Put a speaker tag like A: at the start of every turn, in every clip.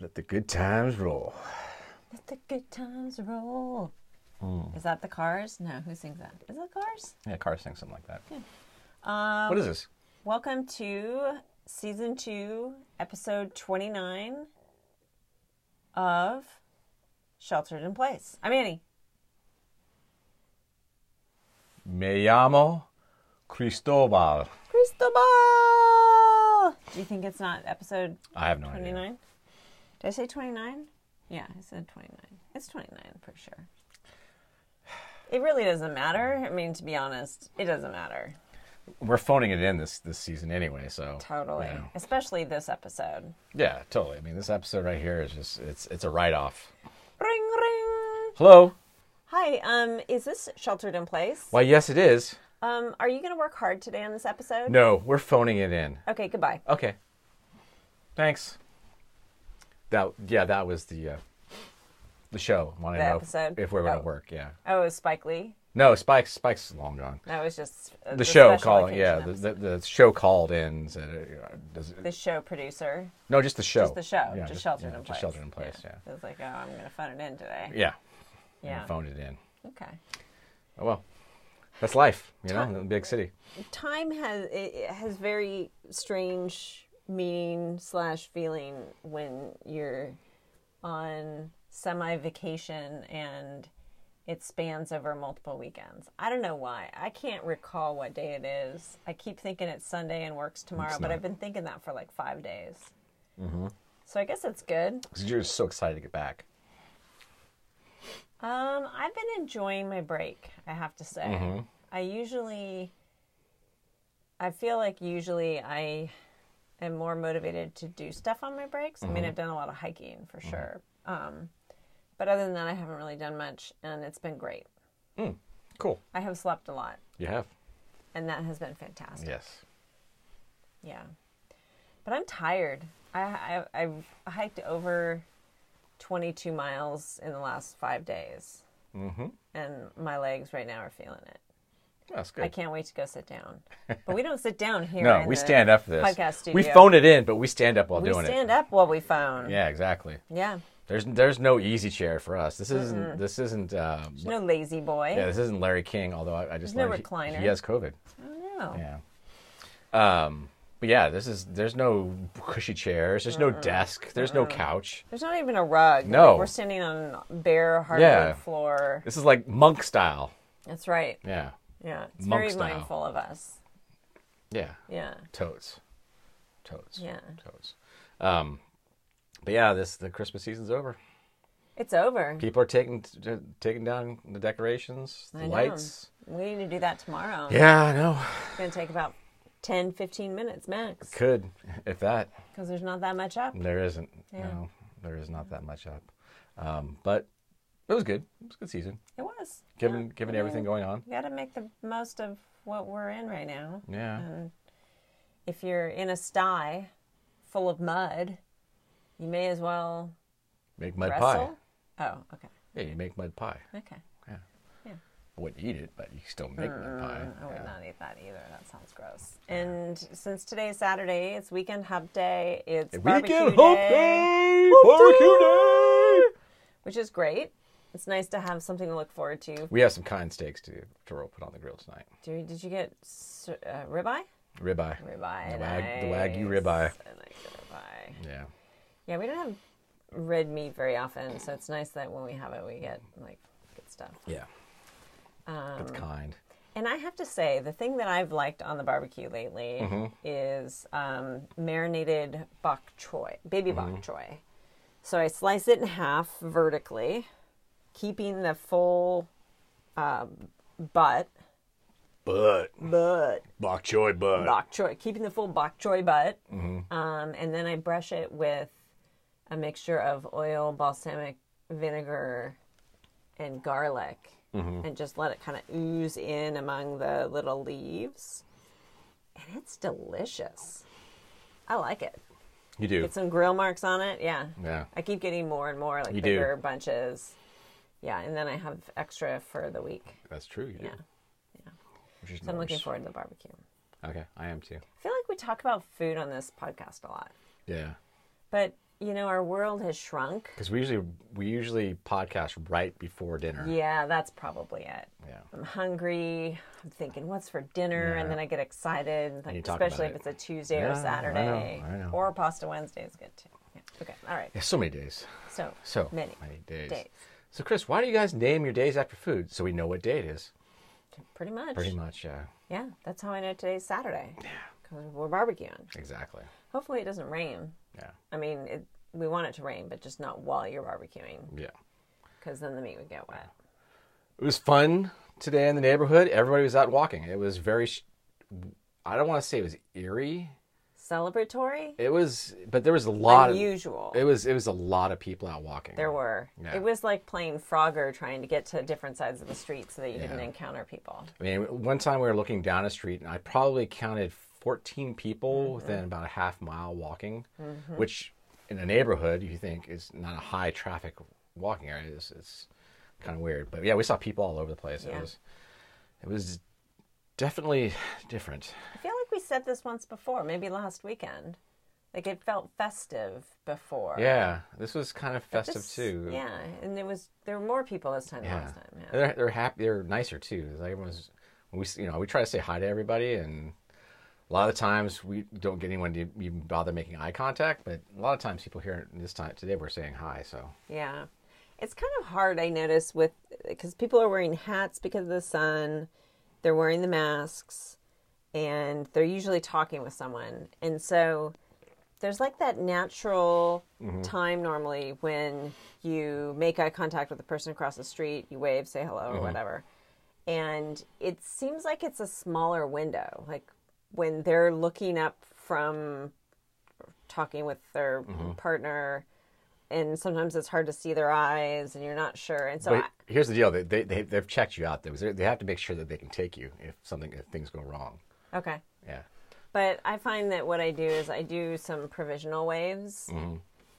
A: Let the good times roll.
B: Let the good times roll. Is that the Cars? No, who sings that? Is it the Cars?
C: Yeah, Cars sing something like that.
B: Um,
A: what is this?
B: Welcome to season two, episode 29 of Sheltered in Place. I'm Annie.
C: Me llamo Cristobal.
B: Cristobal! Do you think it's not episode
C: I have no idea.
B: 29? Did I say 29? Yeah, I said 29. It's 29 for sure. It really doesn't matter. I mean, to be honest, it doesn't matter.
C: We're phoning it in this this season anyway, so
B: Totally.
C: you know.
B: Especially this episode.
C: yeah, totally. I mean, this episode right here is just it's it's a write off.
B: Ring, ring!
C: Hello.
B: Hi, um, is this Sheltered in Place?
C: Why, yes, it is.
B: Um, are you going to work hard today on this episode?
C: No, we're phoning it in.
B: Okay, goodbye.
C: Okay. Thanks. That yeah, that was the uh, the show. Wanted
B: The
C: to know if-
B: episode?
C: if we were gonna
B: Oh.
C: work. Yeah.
B: Oh, it was Spike Lee.
C: No, Spike's Spike's long gone.
B: That was just uh,
C: The, show
B: special
C: calling. Yeah,
B: occasion
C: the,
B: episode.
C: the the show called in. Said, uh, does it,
B: the show producer.
C: no, just the show.
B: Just the show.
C: Yeah,
B: just,
C: yeah,
B: sheltered in place.
C: Just sheltered in place. Yeah.
B: It was like, oh, I'm gonna phone it in today.
C: Yeah.
B: Yeah.
C: I phoned it in.
B: Okay.
C: Oh well, that's life. You know, in the big city.
B: Time has it it has very strange meaning slash feeling when you're on semi vacation and it spans over multiple weekends. I don't know why. I can't recall what day it is. I keep thinking it's Sunday and works tomorrow, but I've been thinking that for like five days. Mm-hmm. So I guess it's good.
C: 'Cause You're just so excited to get back.
B: Um, I've been enjoying my break, I have to say. I usually I feel like usually I am more motivated to do stuff on my breaks. I mean, I've done a lot of hiking for sure. Um, but other than that, I haven't really done much and it's been great.
C: Cool.
B: I have slept a lot
C: You have.
B: and that has been fantastic.
C: Yes.
B: Yeah. But I'm tired. I, I I've hiked over 22 miles in the last 5 days. Mm-hmm. And my legs right now are feeling it.
C: That's good.
B: I can't wait to go sit down. But we don't sit down here.
C: No,
B: in
C: we
B: the
C: stand up for this.
B: Podcast studio.
C: We phone it in, but we stand up while
B: We
C: doing
B: stand
C: it.
B: up while we phone.
C: Yeah, exactly.
B: Yeah.
C: There's there's no easy chair for us. This isn't this isn't uh,
B: No lazy boy.
C: yeah this isn't Larry King. Although I, I just
B: There's no
C: learned he-
B: recliner.
C: He, has COVID.
B: I don't know.
C: Yeah. Um. But yeah, this is there's no cushy chairs. There's no
B: Uh-uh.
C: desk. There's no couch.
B: There's not even a rug.
C: No.
B: Like, we're standing on bare hardwood
C: Yeah.
B: floor.
C: This is like monk style.
B: That's right.
C: Yeah.
B: Yeah. It's
C: Monk
B: very
C: style.
B: mindful of us.
C: Yeah.
B: Yeah.
C: Totes. Totes.
B: Yeah.
C: Totes. Um. But yeah, this the Christmas season's over.
B: It's over.
C: People are taking t- taking down the decorations, the
B: I know.
C: lights.
B: We need to do that tomorrow.
C: Yeah, I know.
B: It's going to take about 10, 15 minutes max
C: Could, if that.
B: because there's not that much up.
C: There isn't.
B: Yeah.
C: No, there is not that much up. Um, but it was good. It was a good season,
B: It was.
C: given
B: Yeah.
C: given
B: I mean,
C: everything going on.
B: We got to make the most of what we're in right now.
C: Yeah.
B: And if you're in a sty full of mud, you may as well
C: Make mud pie.
B: wrestle. Oh, okay.
C: Yeah, you make mud pie.
B: Okay.
C: Wouldn't eat it, but you still make mud
B: Mm,
C: pie.
B: I would
C: Yeah.
B: not eat that either. That sounds gross. And since today is Saturday, it's weekend hump day. It's barbecue
C: Weekend hump
B: day,
C: day, barbecue day.
B: which is great. It's nice to have something to look forward to.
C: We have some kind steaks to to roll, put on the grill tonight.
B: Did did you get s- uh, ribeye?
C: Ribeye.
B: Ribeye.
C: The wag- the
B: nice.
C: wagyu ribeye.
B: I like the ribeye.
C: Yeah.
B: Yeah, we don't have red meat very often, so it's nice that when we have it, we get like good stuff.
C: Yeah. That's
B: Um,
C: kind.
B: And I have to say, the thing that I've liked on the barbecue lately is um, marinated bok choy, baby bok choy. So I slice it in half vertically, keeping the full um, butt,
C: But
B: butt,
C: bok choy, but
B: bok choy, keeping the full bok choy butt.
C: Mm-hmm.
B: Um, and then I brush it with a mixture of oil, balsamic vinegar, and garlic,
C: Mm-hmm.
B: and just let it kind of ooze in among the little leaves. And it's delicious. I like it.
C: you do.
B: Get some grill marks on it. Yeah.
C: Yeah.
B: I keep getting more and more, like
C: You do.
B: bigger bunches. Yeah, and then I have extra for the week.
C: That's true. You do.
B: Yeah.
C: Which is
B: So I'm looking
C: nice.
B: forward to the barbecue. I
C: Okay, I am too.
B: feel like we talk about food on this podcast a lot.
C: Yeah.
B: But you know, our world has shrunk.
C: Because we usually we usually podcast right before dinner.
B: Yeah, that's probably it.
C: Yeah.
B: I'm hungry. I'm thinking, what's for dinner?
C: Yeah.
B: And then I get excited, like,
C: you talk about
B: especially
C: it.
B: if it's a Tuesday
C: Yeah,
B: or
C: I know,
B: Saturday.
C: I know.
B: Or Pasta Wednesday is good too. Yeah. Okay, all right.
C: Yeah, so many days.
B: So,
C: So
B: many,
C: days.
B: days.
C: So Chris, why do you guys name your days after food? So we know what day it is.
B: Pretty much.
C: Pretty much, yeah.
B: Yeah, that's how I know today's Saturday. Yeah. Because we're barbecuing.
C: Exactly.
B: Hopefully it doesn't rain.
C: Yeah.
B: I mean, it, we want it to rain, but just not while you're barbecuing
C: Yeah.
B: because then the meat would get wet.
C: It was fun today in the neighborhood. Everybody was out walking. It was very sh- I don't want to say it was eerie.
B: Celebratory?
C: It was but there was a lot
B: Unusual.
C: of it was it was a lot of people out walking.
B: There were.
C: Yeah.
B: It was like playing Frogger trying to get to different sides of the street so that you didn't
C: Yeah.
B: encounter people.
C: I mean, one time we were looking down a street, and I probably counted 14 people within about a half mile walking,
B: Mm-hmm.
C: which in a neighborhood you think is not a high traffic walking area. It's, it's kind of weird, but yeah, we saw people all over the place. It
B: Yeah.
C: was, it was definitely different.
B: I feel like we said this once before, maybe last weekend. Like it felt festive before.
C: Yeah, this was kind of festive
B: This-
C: too.
B: Yeah, and it was there were more people this time than
C: Yeah.
B: last time.
C: And
B: Yeah.
C: They're they're happy. They're nicer too. It's Like everyone's, we s- you know we try to say hi to everybody, and a lot of times we don't get anyone to even bother making eye contact. But a lot of times people here this time today were saying hi. So
B: Yeah. It's kind of hard, I notice, with because people are wearing hats because of the sun, they're wearing the masks, and they're usually talking with someone. And so there's like that natural time normally when you make eye contact with the person across the street, you wave, say hello, or whatever. And it seems like it's a smaller window, like when they're looking up from talking with their partner and sometimes it's hard to see their eyes and you're not sure and so
C: but
B: I,
C: here's the deal: they they they they've checked you out. Though They- they have to make sure that they can take you if something if things go wrong.
B: okay
C: Yeah.
B: but i find that what i do is i do some provisional waves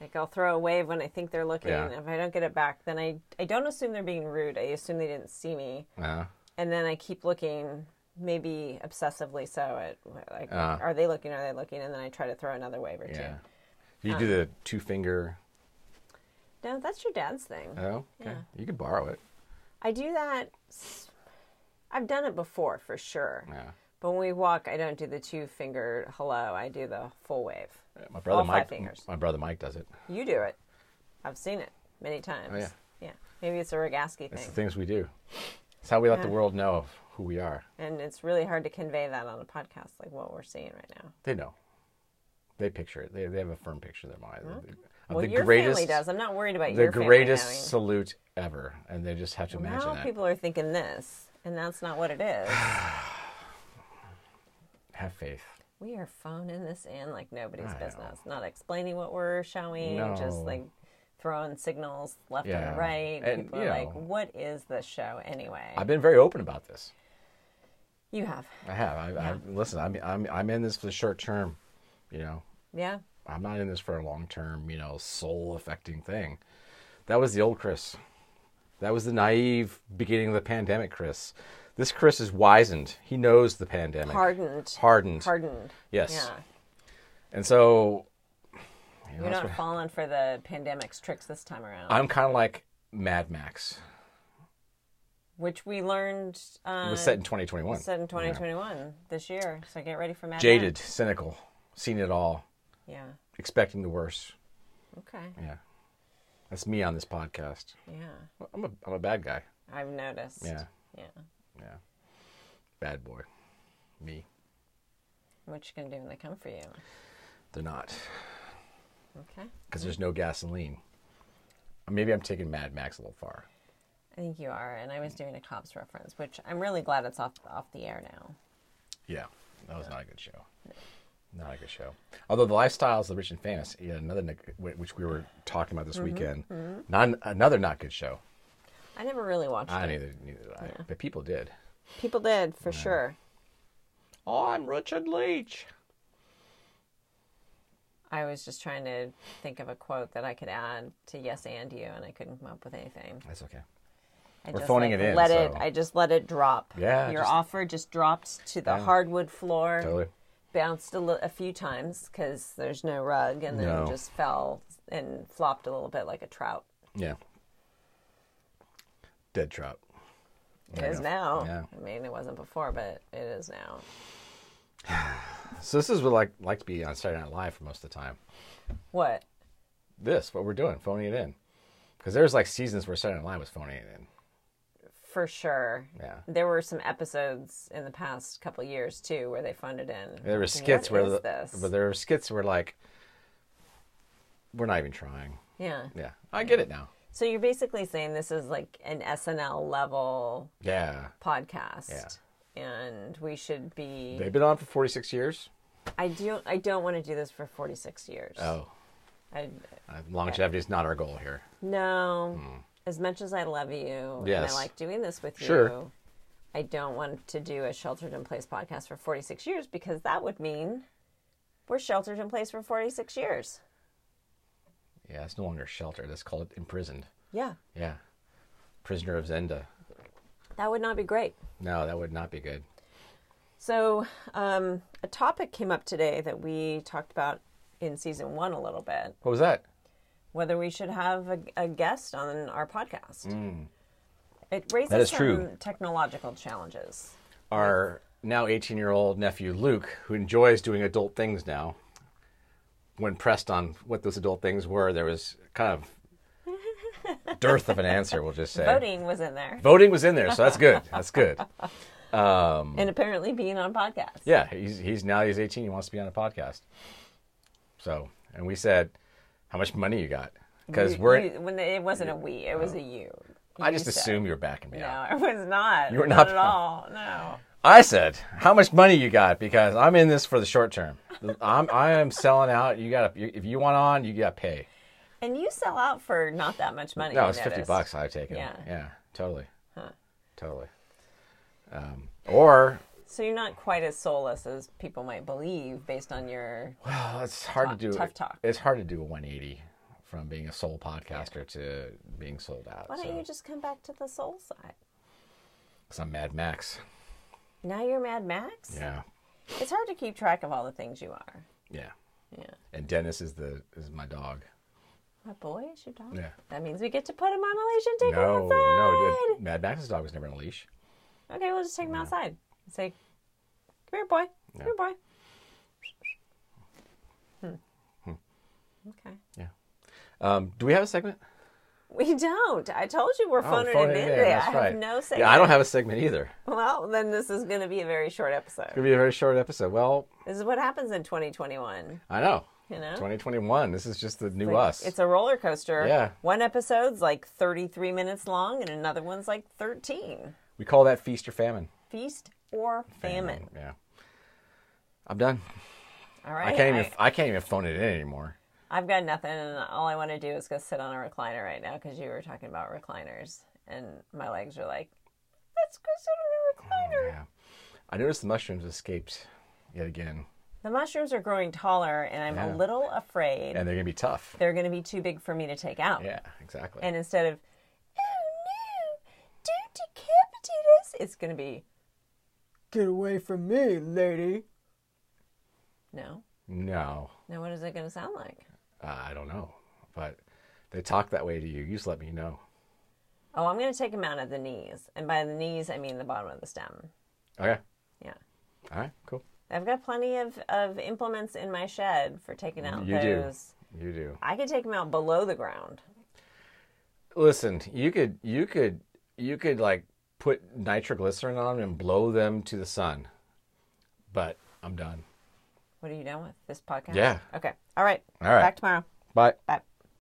B: like i'll throw a wave when i think they're looking
C: Mm-hmm. Yeah.
B: if i don't get it back then i i don't assume they're being rude i assume they didn't see me
C: Uh,
B: and then i keep looking maybe obsessively so at like
C: Uh.
B: are they looking are they looking and then i try to throw another wave or
C: yeah. You
B: Uh-huh.
C: do the two finger.
B: two no that's your dad's thing
C: Oh, okay.
B: Yeah.
C: You can borrow it.
B: i do that s- i've done it before for sure
C: Yeah.
B: But when we walk, I don't do the two finger hello. I do the full wave.
C: My brother
B: All five
C: Mike.
B: fingers.
C: My brother Mike does it.
B: You do it. I've seen it many times.
C: Oh, yeah.
B: Maybe it's a Rogaski
C: It's
B: thing.
C: the things we do. It's how we let the
B: Yeah.
C: world know of who we are.
B: And it's really hard to convey that on a podcast, like what we're seeing right now.
C: They know. They picture it. They, they have a firm picture in their mind of the- of
B: Hmm. Well,
C: the
B: your
C: greatest,
B: family does. I'm not worried about
C: the
B: your
C: greatest
B: family
C: salute ever, and they just have to
B: knowing.
C: imagine
B: Now
C: that.
B: people are thinking this, and that's not what it is.
C: Have faith.
B: we are phoning this in like nobody's
C: I know.
B: business. Not explaining what we're showing, just
C: No.
B: like throwing signals left
C: Yeah.
B: and right.
C: And,
B: people
C: you
B: are like,
C: know-
B: what is this show anyway?
C: I've been very open about this.
B: you have.
C: I have. I, I, listen, I'm, I'm, I'm in this for the short term. You know,
B: Yeah.
C: I'm not in this for a long term. You know, soul affecting thing. That was the old Chris. That was the naive beginning of the pandemic, Chris. This Chris is wizened. He knows the pandemic.
B: hardened.
C: Hardened.
B: Hardened.
C: Yes.
B: Yeah.
C: And so you know,
B: You're
C: that's
B: not
C: what-
B: falling for the pandemic's tricks this time around,
C: I'm kind of like Mad Max.
B: which we learned
C: It
B: uh,
C: was set in 2021.
B: set in 2021 this year. So get ready for Mad
C: Jaded,
B: Max.
C: cynical, seen it all,
B: Yeah.
C: expecting the worst.
B: Okay.
C: Yeah. That's me on this podcast.
B: Yeah.
C: I'm a, I'm a bad guy.
B: I've noticed.
C: Yeah.
B: Yeah.
C: Yeah. Bad boy. Me.
B: What you gonna do when they come for you?
C: They're not.
B: Okay.
C: Because there's no gasoline. Maybe I'm taking Mad Max a little far.
B: I think you are, and I was doing a cops reference, which I'm really glad it's off off the air now.
C: Yeah, that was not a good show. Not a good show. Although the lifestyles of the rich and famous, yeah, another neg- wh- which we were talking about this weekend, not another not good show.
B: I never really watched
C: I
B: it.
C: neither, neither did I, but people did.
B: People did for sure.
C: Oh, I'm Richard Leach.
B: I was just trying to think of a quote that I could add to "Yes and You," and I couldn't come up with anything.
C: That's okay.
B: I
C: We're
B: just,
C: phoning
B: like,
C: it in,
B: Let it.
C: so-
B: I just let it drop.
C: Yeah,
B: Your
C: just-
B: offer just dropped to the
C: Yeah.
B: hardwood floor.
C: Totally.
B: bounced a, li- a few times because there's no rug, and then
C: No.
B: just fell and flopped a little bit like a trout.
C: Yeah. Dead trout.
B: It is now.
C: Yeah.
B: I mean, it wasn't before, but it is now.
C: So this is what like like to be on Saturday Night Live for most of the time.
B: What?
C: This what we're doing, phoning it in, because there's like seasons where Saturday Night Live was phoning it in.
B: For sure.
C: Yeah.
B: There were some episodes in the past couple years too where they funded in.
C: There were skits
B: what
C: where,
B: is
C: the,
B: this?
C: but there were skits where like, we're not even trying.
B: yeah.
C: Yeah, I get it now.
B: So you're basically saying this is like an SNL level
C: Yeah,
B: podcast. And we should be.
C: they've been on for 46 years.
B: I do. I don't want to do this for 46 years.
C: Oh,
B: I,
C: uh, longevity is not our goal here.
B: no. As much as I love you and I
C: Hmm. Yes.
B: like doing this with
C: Sure.
B: you, I don't want to do a sheltered in place podcast for 46 years because that would mean we're sheltered in place for 46 years.
C: Yeah, it's no longer shelter. Let's call it imprisoned.
B: Yeah.
C: Yeah, prisoner of Zenda.
B: That would not be great.
C: No, that would not be good.
B: So, um, a topic came up today that we talked about in season one a little bit
C: What was that?
B: whether we should have a, a guest on our podcast. It raises
C: Mm. That is
B: some
C: true.
B: technological challenges.
C: Our now 18 year old nephew Luke, who enjoys doing adult things now, when pressed on what those adult things were, there was kind of dearth of an answer, we'll just say.
B: Voting was in there,
C: Voting was in there, so that's good. That's good.
B: and apparently being on podcasts.
C: Yeah, he's, he's now he's 18. He wants to be on a podcast. So, and we said, how much money you got? Because
B: You-
C: we're. Oh.
B: you- when they- it wasn't a we, it was a you.
C: I just
B: You said-
C: assume you're backing me out.
B: No, it was not.
C: You were
B: not,
C: not-
B: at all. No.
C: I said, "How much money you got?" Because I'm in this for the short term. I'm I am selling out. You got to if you want on, you got to pay.
B: And you sell out for not that much money.
C: No,
B: I
C: it's fifty
B: noticed.
C: bucks. I take it.
B: Yeah.
C: totally, totally. Um, or
B: So you're not quite as soulless as people might believe based on your
C: well, it's hard to do.
B: Tough talk.
C: It's hard to do a one eighty from being a sole podcaster to being sold out.
B: Why
C: so-
B: don't you just come back to the soul side?
C: 'cause I'm Mad Max.
B: Now you're Mad Max?
C: Yeah,
B: It's hard to keep track of all the things you are.
C: yeah.
B: Yeah.
C: And Dennis is the is my dog.
B: My boy is your dog.
C: Yeah.
B: That means we get to put him on a leash and take him
C: No, no,
B: outside.
C: dude, Mad Max's dog was never on a leash.
B: Okay, we'll just take him outside and say, Come here, boy. Come here, boy. Hmm. Okay.
C: Yeah. Um, do we have a segment?
B: We don't. I told you we're phoning
C: Oh, phone
B: it in
C: in,
B: today. I
C: that's
B: have
C: right.
B: no say.
C: Yeah, I don't have a segment either.
B: Well, then this is going to be a very short
C: It'll
B: episode.
C: be a very short episode. Well,
B: This is what happens in 2021.
C: I know.
B: You know?
C: 2021. This is just the new
B: Like,
C: us.
B: It's a roller coaster.
C: Yeah.
B: One episode's like 33 minutes long, and another one's like 13.
C: we call that feast or famine.
B: Feast or famine.
C: Yeah. I'm done.
B: All right.
C: I can't even. I, can't even phone it in anymore.
B: have got nothing, and all I want to do is go sit on a recliner right now because you were talking about recliners, and my legs are like, let's go sit on a recliner.
C: Yeah. I noticed the mushrooms escaped yet again,
B: The mushrooms are growing taller, and I'm
C: Yeah.
B: a little afraid
C: and they're gonna be tough.
B: they're going to be too big for me to take out.
C: Yeah, exactly.
B: And instead of, oh no, don't decapitate us, it's going to be,
A: Get away from me, lady.
B: no.
C: no,
B: Now, what is it going to sound like?
C: uh, I don't know, but they talk that way to you. You just let me know.
B: Oh, I'm going to take them out of the knees. And by the knees, I mean the bottom of the stem.
C: Okay.
B: Yeah.
C: All right. Cool.
B: I've got plenty of, of implements in my shed for taking out
C: You do.
B: those.
C: You do.
B: I could take them out below the ground.
C: Listen, you could you could you could like put nitroglycerin on them and blow them to the sun. But I'm done.
B: What are you done with? This podcast?
C: Yeah.
B: Okay. All right.
C: All right.
B: Back tomorrow.
C: Bye.
B: Bye.